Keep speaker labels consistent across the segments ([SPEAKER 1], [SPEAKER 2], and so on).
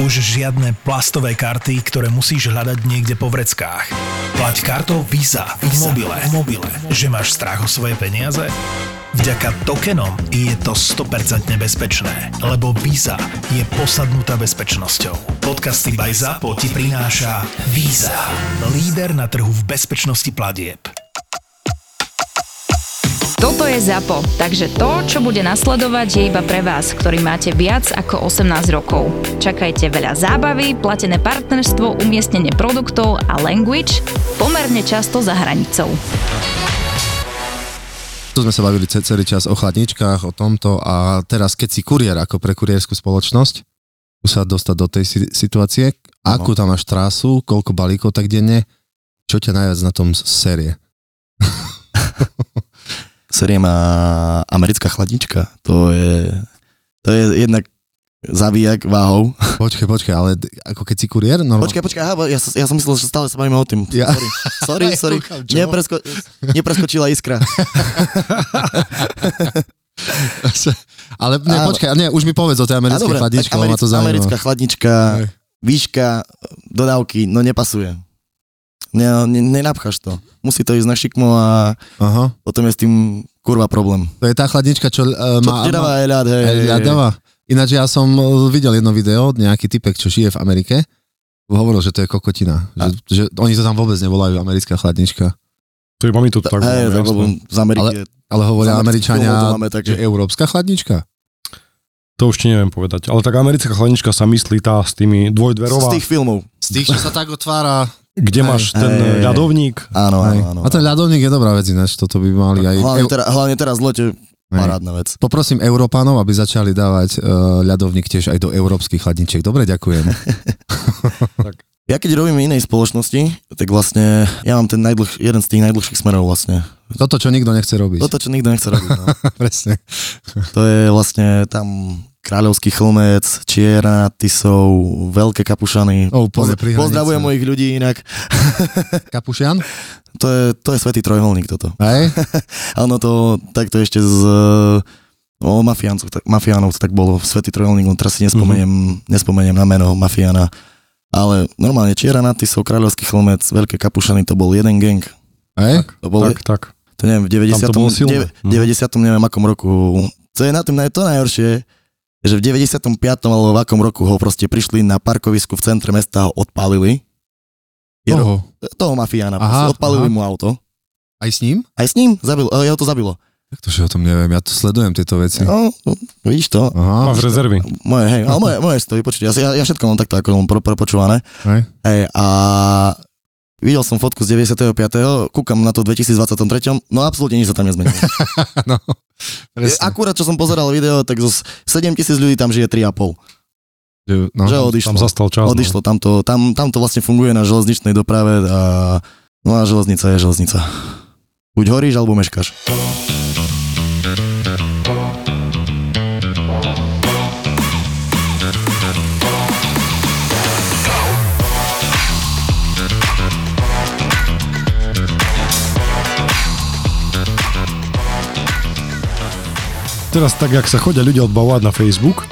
[SPEAKER 1] Už žiadne plastové karty, ktoré musíš hľadať niekde po vreckách. Plať kartou Visa, v mobile, v mobile. Že máš strach o svoje peniaze? Vďaka tokenom je to 100% bezpečné, lebo Visa je posadnutá bezpečnosťou. Podcasty by Zapo ti prináša Visa, líder na trhu v bezpečnosti platieb.
[SPEAKER 2] Toto je ZAPO, takže to, čo bude nasledovať, je iba pre vás, ktorý máte viac ako 18 rokov. Čakajte veľa zábavy, platené partnerstvo, umiestnenie produktov a language pomerne často za hranicou.
[SPEAKER 3] Tu sme sa bavili ce- celý čas o chladničkách, o tomto a teraz keď si kuriér ako pre kurierskú spoločnosť, tu sa dostať do tej si- situácie, akú tam máš trasu, koľko balíkov tak denne, čo ťa najviac na tom s- série?
[SPEAKER 4] série má americká chladnička. To je, to je jednak zabíjak váhou.
[SPEAKER 3] Počkaj, počkaj, ale d- ako keď si kuriér, no
[SPEAKER 4] Počkaj, počkaj, aha, ja, som- ja som myslel, že stále sa bavíme o tým.
[SPEAKER 3] Ja-
[SPEAKER 4] Sorry,
[SPEAKER 3] Ja
[SPEAKER 4] sorry, sorry.
[SPEAKER 3] kúkam, čo?
[SPEAKER 4] Nepresko- nepreskočila iskra.
[SPEAKER 3] ale ne,
[SPEAKER 4] Áno.
[SPEAKER 3] počkaj, nie, už mi povedz o tej
[SPEAKER 4] A
[SPEAKER 3] americkej
[SPEAKER 4] dobre, tak
[SPEAKER 3] chladničke, lebo ma to
[SPEAKER 4] americká,
[SPEAKER 3] zaujíma.
[SPEAKER 4] americká chladnička,
[SPEAKER 3] Hej.
[SPEAKER 4] výška, dodávky, no nepasuje. Ne, ne, nenapcháš to. Musí to ísť na šikmo a
[SPEAKER 3] Aha,
[SPEAKER 4] potom je s tým kurva problém.
[SPEAKER 3] to je tá chladnička, čo, uh,
[SPEAKER 4] Čo
[SPEAKER 3] má...
[SPEAKER 4] ti dáva aj ľad, hej.
[SPEAKER 3] Aj ľadová. Ináč ja som e, videl jedno video, nejaký typek, čo žije v Amerike, hovoril, že to je kokotina. Že, že oni to tam vôbec nevolajú americká chladnička.
[SPEAKER 5] To je, mami to tak.
[SPEAKER 4] Hej,
[SPEAKER 5] no,
[SPEAKER 4] lebo
[SPEAKER 5] jasné.
[SPEAKER 4] z Ameriky je-
[SPEAKER 3] Ale hovoria
[SPEAKER 4] Z amerických filmov to
[SPEAKER 3] Američania,
[SPEAKER 4] máme také.
[SPEAKER 3] že európska chladnička.
[SPEAKER 5] to už ti neviem povedať. Ale tak americká chladnička sa myslí tá s
[SPEAKER 4] z
[SPEAKER 5] tými dvojdverová,
[SPEAKER 4] tých filmov.
[SPEAKER 3] Z tých, čo sa tak otvára. Hej.
[SPEAKER 5] kde máš ten
[SPEAKER 4] Hej.
[SPEAKER 5] ľadovník.
[SPEAKER 4] Áno, áno, áno.
[SPEAKER 3] A ten ľadovník je dobrá vec, ináč toto by mali aj...
[SPEAKER 4] Hlavne,
[SPEAKER 3] eu-
[SPEAKER 4] tera, hlavne teraz v lete,
[SPEAKER 3] Hej.
[SPEAKER 4] parádna vec.
[SPEAKER 3] Poprosím Európanov, aby začali dávať e, ľadovník tiež aj do európskych chladničiek. Dobre, ďakujem.
[SPEAKER 4] Ja keď robím inej spoločnosti, tak vlastne ja mám ten najdlh, jeden z tých najdlhších smerov vlastne.
[SPEAKER 3] Toto, čo nikto nechce robiť.
[SPEAKER 4] Toto, čo nikto nechce robiť. No.
[SPEAKER 3] Presne.
[SPEAKER 4] To je vlastne tam Kráľovský chlmec, Čiera, Tisov, Veľké Kapušany.
[SPEAKER 3] O, úplne pri hranici.
[SPEAKER 4] Pozdravujem mojich ľudí inak.
[SPEAKER 3] Kapušian?
[SPEAKER 4] To je, to je svetý trojholník toto.
[SPEAKER 3] Hej?
[SPEAKER 4] Áno, to takto ešte z... O mafiáncoch, tak, mafiánov to tak bolo, Svetý trojholník, len teraz si nespomeniem,
[SPEAKER 5] Mhm.
[SPEAKER 4] nespomeniem na meno mafiána. Ale normálne Čiera, Tisov, Kráľovský chlmec, Veľké Kapušany, to bol jeden gang.
[SPEAKER 3] Hej?
[SPEAKER 4] To bol,
[SPEAKER 5] Tak, tak.
[SPEAKER 4] To neviem, v 90.
[SPEAKER 5] Tam to bolo silné. Mhm.
[SPEAKER 4] dev- 90. neviem akom roku. To je na tom naj- to najhoršie, že v 95. alebo v akom roku ho proste prišli na parkovisku v centre mesta a ho odpálili. Je
[SPEAKER 3] Oho.
[SPEAKER 4] ro- toho mafiána.
[SPEAKER 3] Aha,
[SPEAKER 4] proste,
[SPEAKER 3] aha.
[SPEAKER 4] odpálili mu auto.
[SPEAKER 3] Aj s ním?
[SPEAKER 4] Aj s ním zabilo, jeho to zabilo.
[SPEAKER 3] Tak to, že o tom neviem, ja to sledujem tieto veci.
[SPEAKER 4] No, vidíš to?
[SPEAKER 3] Aha.
[SPEAKER 5] Máš rezervy.
[SPEAKER 4] Moje, hej, ale moje, moje si to vypočuť. Ja, si- ja, ja všetko mám takto, ako mám pro, prepočúvané.
[SPEAKER 3] Hej.
[SPEAKER 4] Hej, a videl som fotku z 95. Kúkam na to v 2023. No absolútne nič sa tam nezmenilo.
[SPEAKER 3] No, presne.
[SPEAKER 4] Akurát, čo som pozeral video, tak zo 7 tisíc ľudí tam žije 3,5.
[SPEAKER 3] Že, no.
[SPEAKER 4] že
[SPEAKER 5] Tam
[SPEAKER 4] odišlo.
[SPEAKER 5] zastal čas. no.
[SPEAKER 4] odišlo tam, to, tam, tam to vlastne funguje na železničnej doprave a, no a železnica je železnica. Buď horíš, alebo meškáš.
[SPEAKER 5] Teraz tak, jak sa chodia ľudia odbavovať na Facebook,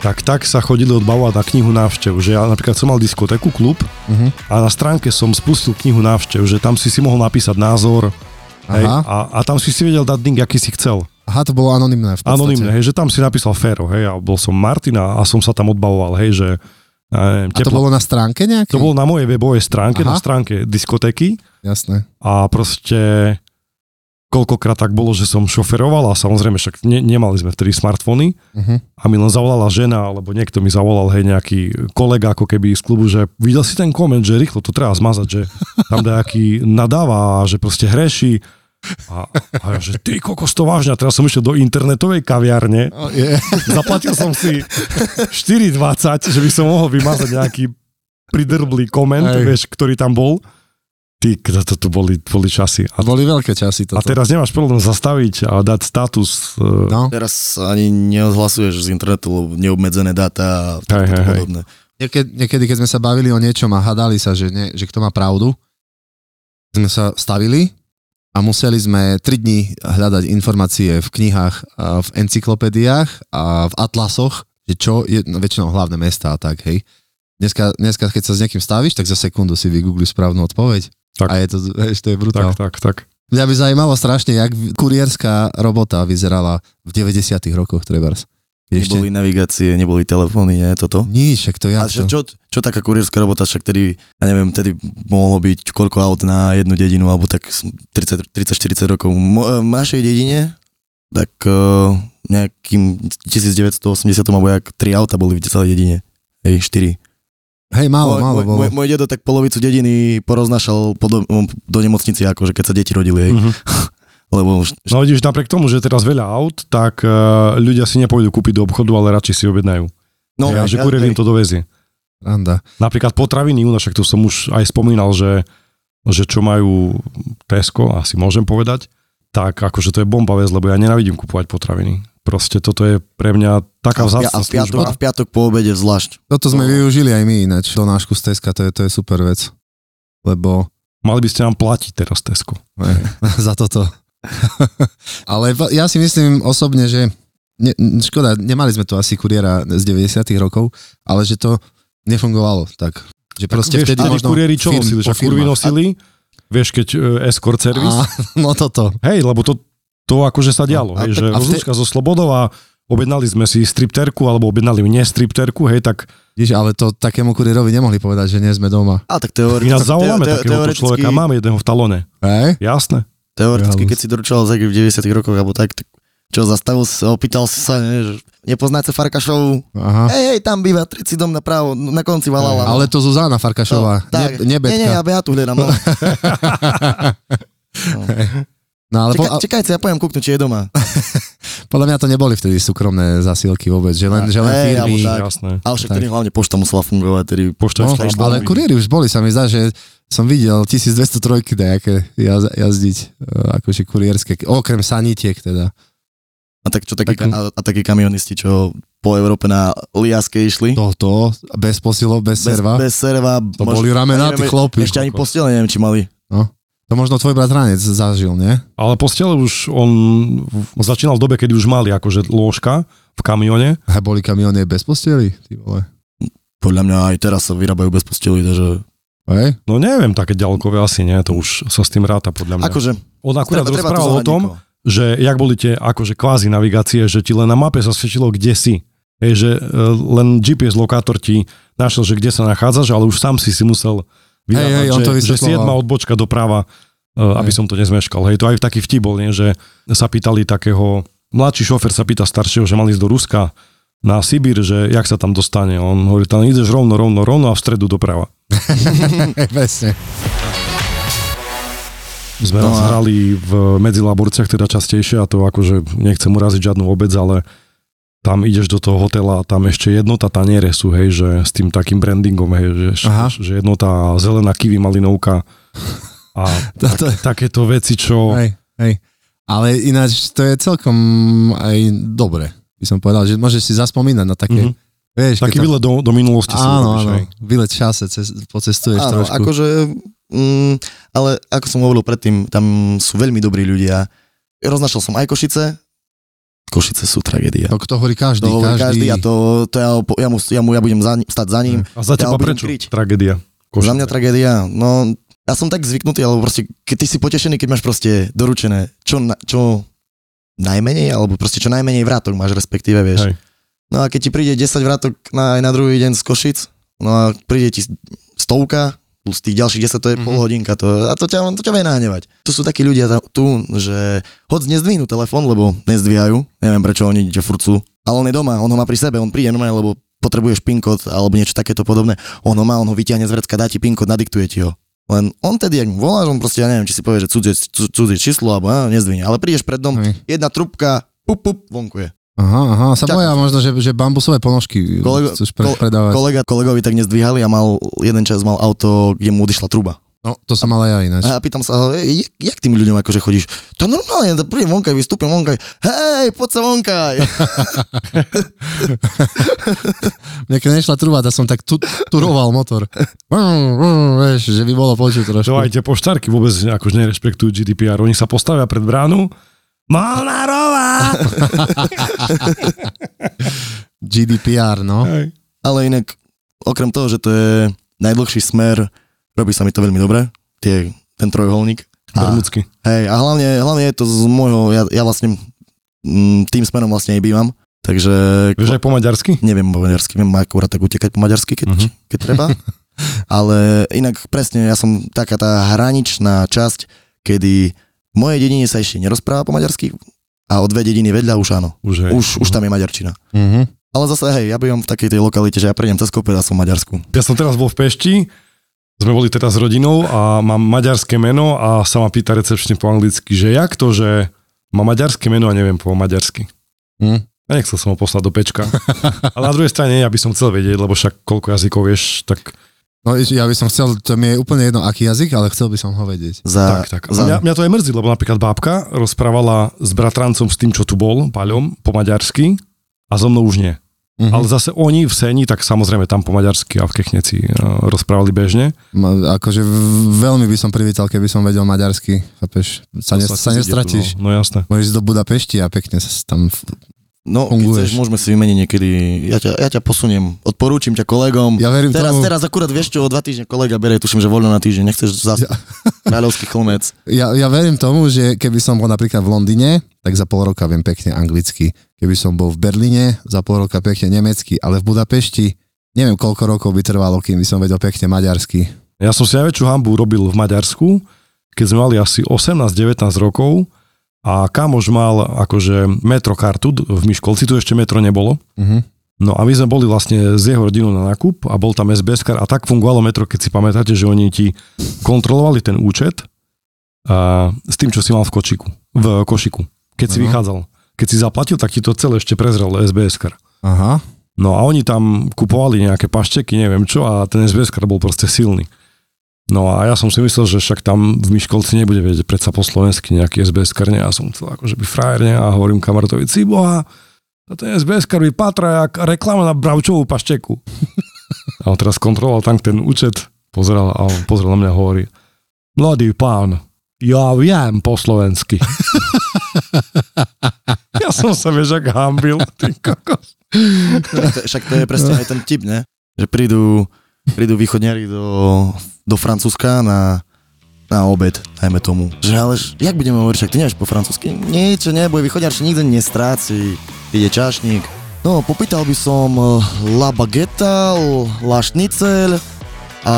[SPEAKER 5] tak tak sa chodili odbavovať na knihu návštev. Že ja napríklad som mal diskotéku, klub
[SPEAKER 3] Mhm.
[SPEAKER 5] a na stránke som spustil knihu návštev, že tam si si mohol napísať názor hej,
[SPEAKER 3] Aha.
[SPEAKER 5] a, a, tam si si vedel dať ding, aký si chcel.
[SPEAKER 3] Aha, to bolo anonimné v podstate.
[SPEAKER 5] Anonimne, hej, že tam si napísal Fero, hej, a bol som Martina a som sa tam odbavoval, hej, že ja neviem,
[SPEAKER 3] A to
[SPEAKER 5] teplo.
[SPEAKER 3] bolo na stránke nejaké?
[SPEAKER 5] to bolo na mojej webovej stránke,
[SPEAKER 3] Hm. Aha.
[SPEAKER 5] na stránke diskotéky
[SPEAKER 3] Jasné.
[SPEAKER 5] a proste koľkokrát tak bolo, že som šoferoval a samozrejme však ne, nemali sme vtedy smartfóny
[SPEAKER 3] Uh-huh.
[SPEAKER 5] a mi len zavolala žena, alebo niekto mi zavolal, hej, nejaký kolega ako keby z klubu, že videl si ten koment, že rýchlo to treba zmazať, že tam nejaký nadáva, že proste hreší. A, a ja, že ty kokos to vážne, a teraz som išiel do internetovej kaviarne,
[SPEAKER 3] Oh, yeah.
[SPEAKER 5] zaplatil som si 4,20, že by som mohol vymazať nejaký pridrblý koment,
[SPEAKER 3] Hej.
[SPEAKER 5] vieš, ktorý tam bol. Ty, to, to, to boli, boli časy.
[SPEAKER 3] A
[SPEAKER 5] A,
[SPEAKER 3] boli veľké časy
[SPEAKER 5] a
[SPEAKER 3] toto.
[SPEAKER 5] teraz nemáš problém zastaviť a dať status. e,
[SPEAKER 3] No,
[SPEAKER 4] Teraz ani neodhlasuješ z internetu, lebo neobmedzené dáta a
[SPEAKER 5] Hej,
[SPEAKER 4] to
[SPEAKER 5] hej, hej.
[SPEAKER 4] podobné.
[SPEAKER 3] niekedy, niekedy, keď sme sa bavili o niečom a hádali sa, že, nie, že kto má pravdu, sme sa stavili a museli sme 3 dní hľadať informácie v knihách, a v encyklopédiách a v atlasoch, že čo je no, väčšinou hlavné mesta a tak, hej. Dneska, dneska, keď sa s niekým stavíš, tak za sekundu si vygoogliš správnu odpoveď.
[SPEAKER 5] Tak.
[SPEAKER 3] A je to, vieš, to je brutál.
[SPEAKER 5] Tak, tak, tak.
[SPEAKER 3] Mňa by zaujímalo strašne, jak kurierská robota vyzerala v 90 rokoch, trebárs. Keď Ešte
[SPEAKER 4] Neboli navigácie, neboli telefóny, nie, toto.
[SPEAKER 3] nič, však to ja.
[SPEAKER 4] A čo, čo, čo taká kurierská robota, však tedy, ja neviem, tedy mohlo byť koľko aut na jednu dedinu, alebo tak 30-40 rokov. Mo, e, v našej dedine, tak uh, nejakým 1980 alebo jak 3 auta boli v celej dedine. Hej, 4.
[SPEAKER 3] Hej, málo, málo
[SPEAKER 4] môj,
[SPEAKER 3] bolo.
[SPEAKER 4] môj, môj dedo tak polovicu dediny poroznašal po do, do nemocnici, akože keď sa deti rodili, hej.
[SPEAKER 5] Mhm.
[SPEAKER 4] Lebo už,
[SPEAKER 5] No vidíš, napriek tomu, že je teraz veľa aut, tak e, ľudia si nepôjdu kúpiť do obchodu, ale radšej si objednajú. No, ja, že kurier im to dovezie.
[SPEAKER 3] Randa.
[SPEAKER 5] Napríklad potraviny, u nás, však tu som už aj spomínal, že, že čo majú Tesco, asi môžem povedať, tak akože to je bomba vec, lebo ja nenávidím kupovať potraviny. Proste toto je pre mňa taká
[SPEAKER 4] a, v, pia- a,
[SPEAKER 5] vzácna
[SPEAKER 4] v piatok, a
[SPEAKER 5] služba.
[SPEAKER 4] v piatok po obede zvlášť.
[SPEAKER 3] Toto
[SPEAKER 5] No.
[SPEAKER 3] sme využili aj my ináč, donášku z Teska, to je, to je super vec. Lebo
[SPEAKER 5] Mali by ste nám platiť teraz Tesco.
[SPEAKER 3] eh, za toto. Ale v- ja si myslím osobne, že ne, n- škoda, nemali sme tu asi kuriéra z 90 rokov, ale že to nefungovalo tak. Že proste
[SPEAKER 5] vieš,
[SPEAKER 3] vtedy
[SPEAKER 5] vtedy
[SPEAKER 3] možno
[SPEAKER 5] kuriéri čo
[SPEAKER 3] firm-
[SPEAKER 5] nosili,
[SPEAKER 3] po
[SPEAKER 5] že kurvy
[SPEAKER 3] firmách.
[SPEAKER 5] nosili, vieš, keď e, escort
[SPEAKER 3] A,
[SPEAKER 5] servis,
[SPEAKER 3] no toto.
[SPEAKER 5] Hej, lebo to, to akože sa dialo,
[SPEAKER 3] A- a
[SPEAKER 5] hej,
[SPEAKER 3] tak-
[SPEAKER 5] že
[SPEAKER 3] a vte-
[SPEAKER 5] rozlúčka zo Slobodov a objednali sme si stripterku, alebo objednali mne stripterku, hej, tak
[SPEAKER 3] Vidíš, ale to takému kuriérovi nemohli povedať, že nie sme doma.
[SPEAKER 4] A tak
[SPEAKER 5] my
[SPEAKER 4] teoreticky...
[SPEAKER 5] nás
[SPEAKER 4] teo-
[SPEAKER 5] zavoláme
[SPEAKER 4] teo-
[SPEAKER 5] takéhoto
[SPEAKER 4] teoreticky-
[SPEAKER 5] človeka, máme jedného v talone,
[SPEAKER 3] Hej?
[SPEAKER 5] jasné.
[SPEAKER 4] Teoreticky,
[SPEAKER 3] Realus.
[SPEAKER 4] keď si doručoval zeky v 90 rokoch, alebo tak, tak čo, zastavil si sa, opýtal si sa, ne, že nepoznáte Farkašovu?
[SPEAKER 3] Aha.
[SPEAKER 4] Hej, hej, tam býva, trici dom napravo, no, na konci Valala.
[SPEAKER 3] Ale to Zuzana Farkašová,
[SPEAKER 4] No, tak.
[SPEAKER 3] ne,
[SPEAKER 4] Nie, nie, ja,
[SPEAKER 3] nebetka.
[SPEAKER 4] ja tu hľadám. No.
[SPEAKER 3] No ale po,
[SPEAKER 4] Čeka, čekajte, ja pojem kúknuť, či je doma.
[SPEAKER 3] podľa mňa to neboli vtedy súkromné zásielky vôbec, že len, že len
[SPEAKER 4] Hej,
[SPEAKER 3] firmy.
[SPEAKER 4] alebo Tak.
[SPEAKER 5] Jasné.
[SPEAKER 4] Ale však
[SPEAKER 3] Tak.
[SPEAKER 4] tedy hlavne pošta musela fungovať, tedy...
[SPEAKER 5] Pošta
[SPEAKER 3] No,
[SPEAKER 5] Express
[SPEAKER 3] ale
[SPEAKER 5] bol-
[SPEAKER 3] kuriéri už boli, sa mi zdá, že som videl 1203 nejaké jaz, jazdiť, eh, akože kuriérske, okrem sanitiek teda.
[SPEAKER 4] A tak čo takí, ka- a, a takí kamionisti, čo po Európe na Liaske išli.
[SPEAKER 3] Toto, bez posilov, bez,
[SPEAKER 4] No, bez
[SPEAKER 3] serva.
[SPEAKER 4] Bez serva.
[SPEAKER 3] to boli ramená, tí chlopy.
[SPEAKER 4] Ešte ani
[SPEAKER 3] kokos.
[SPEAKER 4] postele neviem, či mali.
[SPEAKER 3] To možno tvoj bratranec zažil, nie?
[SPEAKER 5] Ale postele už on v- začínal v dobe, kedy už mali akože lôžka v kamione.
[SPEAKER 3] A boli kamióny aj bez posteli, ty vole.
[SPEAKER 4] Podľa mňa aj teraz sa vyrábajú bez posteli, takže...
[SPEAKER 3] Hej?
[SPEAKER 5] No neviem, také ďalkové asi nie, to už sa s tým ráta podľa mňa.
[SPEAKER 4] Akože...
[SPEAKER 5] On
[SPEAKER 4] treba- treba
[SPEAKER 5] akurát
[SPEAKER 4] to
[SPEAKER 5] rozprával o
[SPEAKER 4] zohľadniť,
[SPEAKER 5] tom,
[SPEAKER 4] no.
[SPEAKER 5] že jak boli tie akože kvázi navigácie, že ti len na mape zasvietilo, kde si. Hej, že e, len GPS lokátor ti našiel, že kde sa nachádzaš, ale už sám si si musel
[SPEAKER 3] Hej, hej, on to
[SPEAKER 5] vydávať, že, že
[SPEAKER 3] vysvetľoval.
[SPEAKER 5] siedma odbočka doprava, e, aby
[SPEAKER 3] Hej.
[SPEAKER 5] som to nezmeškal. Hej, to aj taký vtip bol, nie, že sa pýtali takého, mladší šofer sa pýta staršieho, že mali ísť do Ruska na Sibír, že jak sa tam dostane. On hovorí, tam ideš rovno, rovno, rovno a v stredu doprava.
[SPEAKER 3] Hej, presne.
[SPEAKER 5] Sme
[SPEAKER 4] No
[SPEAKER 5] raz
[SPEAKER 4] a-
[SPEAKER 5] hrali v medzilaborciach teda častejšie a to akože nechcem uraziť žiadnu obec, ale tam ideš do toho hotela a tam ešte jednota taniere sú, hej, že s tým takým brandingom, hej, že,
[SPEAKER 3] Aha.
[SPEAKER 5] že jednota zelená kiwi malinovka a tak,
[SPEAKER 3] Toto-
[SPEAKER 5] takéto veci, čo...
[SPEAKER 3] Hej, hej. Ale ináč to je celkom aj dobre, by som povedal, že môžeš si zaspomínať na také,
[SPEAKER 5] Mhm.
[SPEAKER 3] mm-hmm. vieš, keď
[SPEAKER 5] Taký
[SPEAKER 3] tam-
[SPEAKER 5] výlet do, do minulosti si
[SPEAKER 3] Áno,
[SPEAKER 5] robíš,
[SPEAKER 3] áno,
[SPEAKER 5] hej.
[SPEAKER 3] výlet v čase, cez, pocestuješ
[SPEAKER 4] Áno,
[SPEAKER 3] trošku.
[SPEAKER 4] akože, mm, ale ako som hovoril predtým, tam sú veľmi dobrí ľudia. Roznašal som aj Košice. Košice sú tragédia.
[SPEAKER 3] To kto hovorí každý,
[SPEAKER 4] to hovorí
[SPEAKER 3] každý.
[SPEAKER 4] každý a to, to ja, po- ja, mu, ja, mu, ja budem za, ním- stať za ním.
[SPEAKER 5] A za
[SPEAKER 4] Ja ho
[SPEAKER 5] teba
[SPEAKER 4] budem
[SPEAKER 5] prečo?
[SPEAKER 4] kryť.
[SPEAKER 5] Tragédia.
[SPEAKER 4] Za mňa tragédia. No, ja som tak zvyknutý, alebo proste, keď ty si potešený, keď máš proste doručené, čo, na, čo najmenej, alebo proste čo najmenej vrátok máš, respektíve, vieš.
[SPEAKER 5] Hej.
[SPEAKER 4] No a keď ti príde 10 vrátok na, aj na druhý deň z Košic, no a príde ti stovka, plus tých ďalších 10, to je mm-hmm. pol hodinka, to, a to ťa, to ťa vie nahnevať. Tu sú takí ľudia ta- tu, že hoď nezdvihnú telefón, lebo nezdvíjajú, neviem prečo oni, že furt sú, ale on je doma, on ho má pri sebe, on príde normálne, lebo potrebuješ PIN kód alebo niečo takéto podobné. On ho má, on ho vyťahne z vrecka, dá ti PIN kód, nadiktuje ti ho. Len on tedy, ak mu voláš, on proste, ja neviem, či si povie, že cudzie, cu- cudzie číslo, alebo ja, nezdvihne. Ale prídeš pred dom,
[SPEAKER 3] Hej.
[SPEAKER 4] jedna trubka, pup, pup, vonku je.
[SPEAKER 3] Aha, aha, sa
[SPEAKER 4] Čak-
[SPEAKER 3] boja možno, že, že bambusové ponožky
[SPEAKER 4] Kolego-
[SPEAKER 3] chceš pre,
[SPEAKER 4] kole-
[SPEAKER 3] predávať.
[SPEAKER 4] Kolega, kolegovi tak nezdvíhali a mal, jeden čas mal auto, kde mu odišla truba.
[SPEAKER 3] no, to som ale ja ináč.
[SPEAKER 4] A ja pýtam sa, ho, "Ej, jak, jak tým ľuďom akože chodíš? To normálne, to prídem vonkaj, vystúpim vonkaj, hej, poď sa vonkaj.
[SPEAKER 3] Mne keď nešla truba, tak som tak tu, turoval motor. Vrm, vrm, Vieš, že by bolo počuť trošku.
[SPEAKER 5] To aj tie poštárky vôbec akože nerešpektujú GDPR. Oni sa postavia pred bránu, Molnárová!
[SPEAKER 3] GDPR, no.
[SPEAKER 5] Hej.
[SPEAKER 4] No. Ale inak okrem toho, že to je najdlhší smer, robí sa mi to veľmi dobre, tie, ten trojuholník. A,
[SPEAKER 5] Bermudsky.
[SPEAKER 4] hej, a hlavne, hlavne je to z môjho, ja, ja vlastne mm, tým smerom vlastne aj bývam, takže
[SPEAKER 5] Vieš aj po maďarsky?
[SPEAKER 4] neviem po maďarsky, viem akurát tak utekať po maďarsky, keď,
[SPEAKER 5] Mhm.
[SPEAKER 4] keď treba. Ale inak presne, ja som taká tá hraničná časť, kedy v mojej dedine sa ešte nerozpráva po maďarsky a o dve dediny vedľa už áno.
[SPEAKER 5] Už, hej.
[SPEAKER 4] Už, už tam je maďarčina.
[SPEAKER 3] Mhm.
[SPEAKER 4] Ale zase, hej, ja bývam v takej tej lokalite, že ja prejdem cez kopec a som v Maďarsku.
[SPEAKER 5] Ja som teraz bol v Pešti, sme boli teda s rodinou a mám maďarské meno a sa ma pýta recepčne po anglicky, že jak to, že má maďarské meno a neviem po maďarsky.
[SPEAKER 3] Hm.
[SPEAKER 5] A nechcel som ho poslať do pečka. Ale na druhej strane, ja by som chcel vedieť, lebo však koľko jazykov vieš, tak
[SPEAKER 3] No ja by som chcel, to mi je úplne jedno, aký jazyk, ale chcel by som ho vedieť.
[SPEAKER 4] Za,
[SPEAKER 5] Tak, tak.
[SPEAKER 4] Za,
[SPEAKER 5] Mňa, mňa to aj mrzí, lebo napríklad bábka rozprávala s bratrancom, s tým, čo tu bol, Paľom, po maďarsky a so mnou už nie.
[SPEAKER 3] Mhm.
[SPEAKER 5] Ale zase oni v Seni, tak samozrejme tam po maďarsky a v Kechneci eh, rozprávali bežne.
[SPEAKER 3] Ma- Akože v- veľmi by som privítal, keby som vedel maďarsky, chápeš? Sa, ne,
[SPEAKER 5] To
[SPEAKER 3] sa
[SPEAKER 5] ti ide
[SPEAKER 3] nestratíš.
[SPEAKER 5] tu, No, no jasné.
[SPEAKER 3] Môžeš ísť do Budapešti a pekne sa s- tam... v-
[SPEAKER 4] no, keď
[SPEAKER 3] funguješ.
[SPEAKER 4] chceš, môžeme si vymeniť niekedy. Ja ťa, ja ťa posuniem, odporúčim ťa kolegom.
[SPEAKER 3] Ja verím
[SPEAKER 4] teraz,
[SPEAKER 3] tomu,
[SPEAKER 4] teraz akurát vieš čo, o dva týždne kolega bere, tuším, že voľno na týždeň, nechceš zase. Ja. Kráľovský chlmec.
[SPEAKER 3] Ja, ja verím tomu, že keby som bol napríklad v Londýne, tak za pol roka viem pekne anglicky. Keby som bol v Berlíne, za pol roka pekne nemecky, ale v Budapešti neviem, koľko rokov by trvalo, kým by som vedel pekne maďarsky.
[SPEAKER 5] Ja som si najväčšiu hambu robil v Maďarsku, keď sme mali asi 18-19 rokov a kamož mal akože metrokartu d- v Miškolci, tu ešte metro nebolo.
[SPEAKER 3] Mhm.
[SPEAKER 5] No a my sme boli vlastne s jeho rodinou na nákup a bol tam SBS kar a tak fungovalo metro, keď si pamätáte, že oni ti kontrolovali ten účet a, s tým, čo si mal v kočiku, v košiku, keď
[SPEAKER 3] Aha.
[SPEAKER 5] si vychádzal. Keď si zaplatil, tak ti to celé ešte prezrel SBS kar.
[SPEAKER 3] Aha.
[SPEAKER 5] No a oni tam kupovali nejaké pašteky, neviem čo, a ten SBS kar bol proste silný. No a ja som si myslel, že však tam v Miškolci nebude vedieť predsa po slovensky nejaký SBS kar, a ja som chcel akože by frajerne a hovorím kamarátovi Ciboha, a ten SBS kar mi patra jak reklama na bravčovú pašteku. A on teraz kontroloval tam ten účet, pozeral a on pozrel na mňa a hovorí, mladý pán, ja viem po slovensky. ja som sa vieš, ak hambil, ty kokos.
[SPEAKER 4] To- Však to je presne aj ten tip, ne? Že prídu, prídu východňari do, do Francúzska na, na obed, najmä tomu. Že ale š- jak budeme hovoriť, však ty nevieš po francúzsky? Niečo neboj, východňarčí nikto nestráci. Ide čašník. No, popýtal by som eh, la bageta, la šnicel a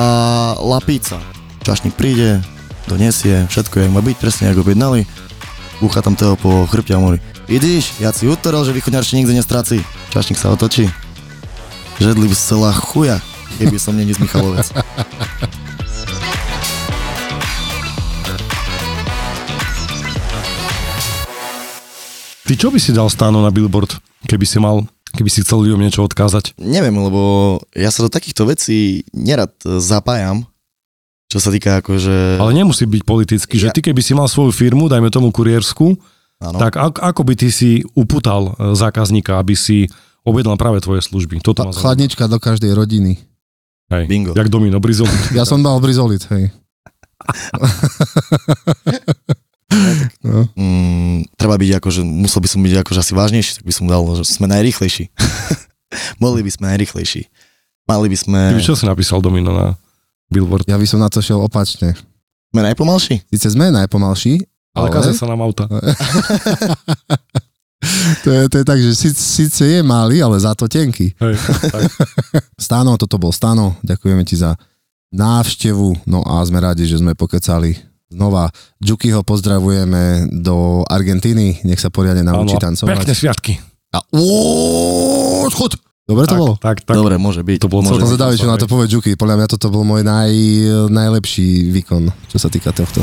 [SPEAKER 4] la pizza. Čašník príde, donesie, všetko, jak má byť, presne ako objednali. Búcha tam toho po chrbte a hovorí, idíš, ja si utoril, že východňarčí nikto nestráci. Čašník sa otočí. Žedli by celá chuja, keby som není z Michalovec.
[SPEAKER 5] Ty čo by si dal stáno na billboard, keby si mal, keby si chcel ľuďom niečo odkázať?
[SPEAKER 3] Eh.
[SPEAKER 4] Neviem, lebo ja sa do takýchto vecí nerad e, zapájam, čo sa týka akože...
[SPEAKER 5] Ale nemusí byť politicky, že
[SPEAKER 4] Ja-
[SPEAKER 5] ty keby si mal svoju firmu, dajme tomu kuriersku,
[SPEAKER 3] No.
[SPEAKER 4] áno.
[SPEAKER 5] tak ak, ako by ty si uputal e, zákazníka, aby si objednal práve tvoje služby? Toto ma zaujíma.
[SPEAKER 3] Chladnička do každej rodiny.
[SPEAKER 5] Hej,
[SPEAKER 4] Bingo.
[SPEAKER 5] Jak domino, brizol.
[SPEAKER 3] Ja som dal brizolit, hej. no.
[SPEAKER 4] Mm, treba byť akože, musel by som byť akože asi vážnejší, tak by som dal, no, že sme najrýchlejší. Boli by sme najrýchlejší. Mali by sme...
[SPEAKER 5] Ty by čo si napísal domino na billboard?
[SPEAKER 3] Ja by som na to šiel opačne.
[SPEAKER 4] Sme najpomalší?
[SPEAKER 3] Sice sme najpomalší,
[SPEAKER 5] Ale
[SPEAKER 3] Ale?
[SPEAKER 5] kazia sa nám auta.
[SPEAKER 3] to je, to je tak, že síc- síce je malý, ale za to tenký.
[SPEAKER 5] Hej, tak.
[SPEAKER 3] Stano, toto bol Stano, ďakujeme ti za návštevu, no a sme radi, že sme pokecali znova. Džukyho pozdravujeme do Argentíny, nech sa poriadne naučí
[SPEAKER 5] Áno, a pekné
[SPEAKER 3] tancovať.
[SPEAKER 5] sviatky.
[SPEAKER 3] A Ó, schod! Dobre to
[SPEAKER 5] tak,
[SPEAKER 3] bolo?
[SPEAKER 5] tak,
[SPEAKER 4] Tak,
[SPEAKER 5] tak.
[SPEAKER 4] Dobre, môže byť.
[SPEAKER 5] To bolo
[SPEAKER 4] môže
[SPEAKER 3] Som
[SPEAKER 5] celkom-
[SPEAKER 4] byť.
[SPEAKER 3] zvedavý, čo na to
[SPEAKER 5] hej.
[SPEAKER 3] povie Džuky. Podľa mňa toto bol môj naj, najlepší výkon, čo sa týka tohto.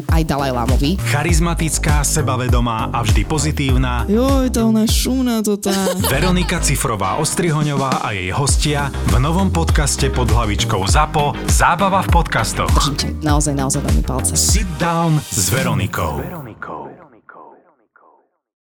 [SPEAKER 6] aj Dalajlámovi.
[SPEAKER 7] Charizmatická, sebavedomá a vždy pozitívna
[SPEAKER 8] Joj, tá ona šúna to tá.
[SPEAKER 7] Veronika Cifrová Ostrihoňová a jej hostia v novom podcaste pod hlavičkou ZAPO Zábava v podcastoch.
[SPEAKER 6] Držím ťa naozaj, naozaj veľmi palce.
[SPEAKER 7] Sit down s Veronikou.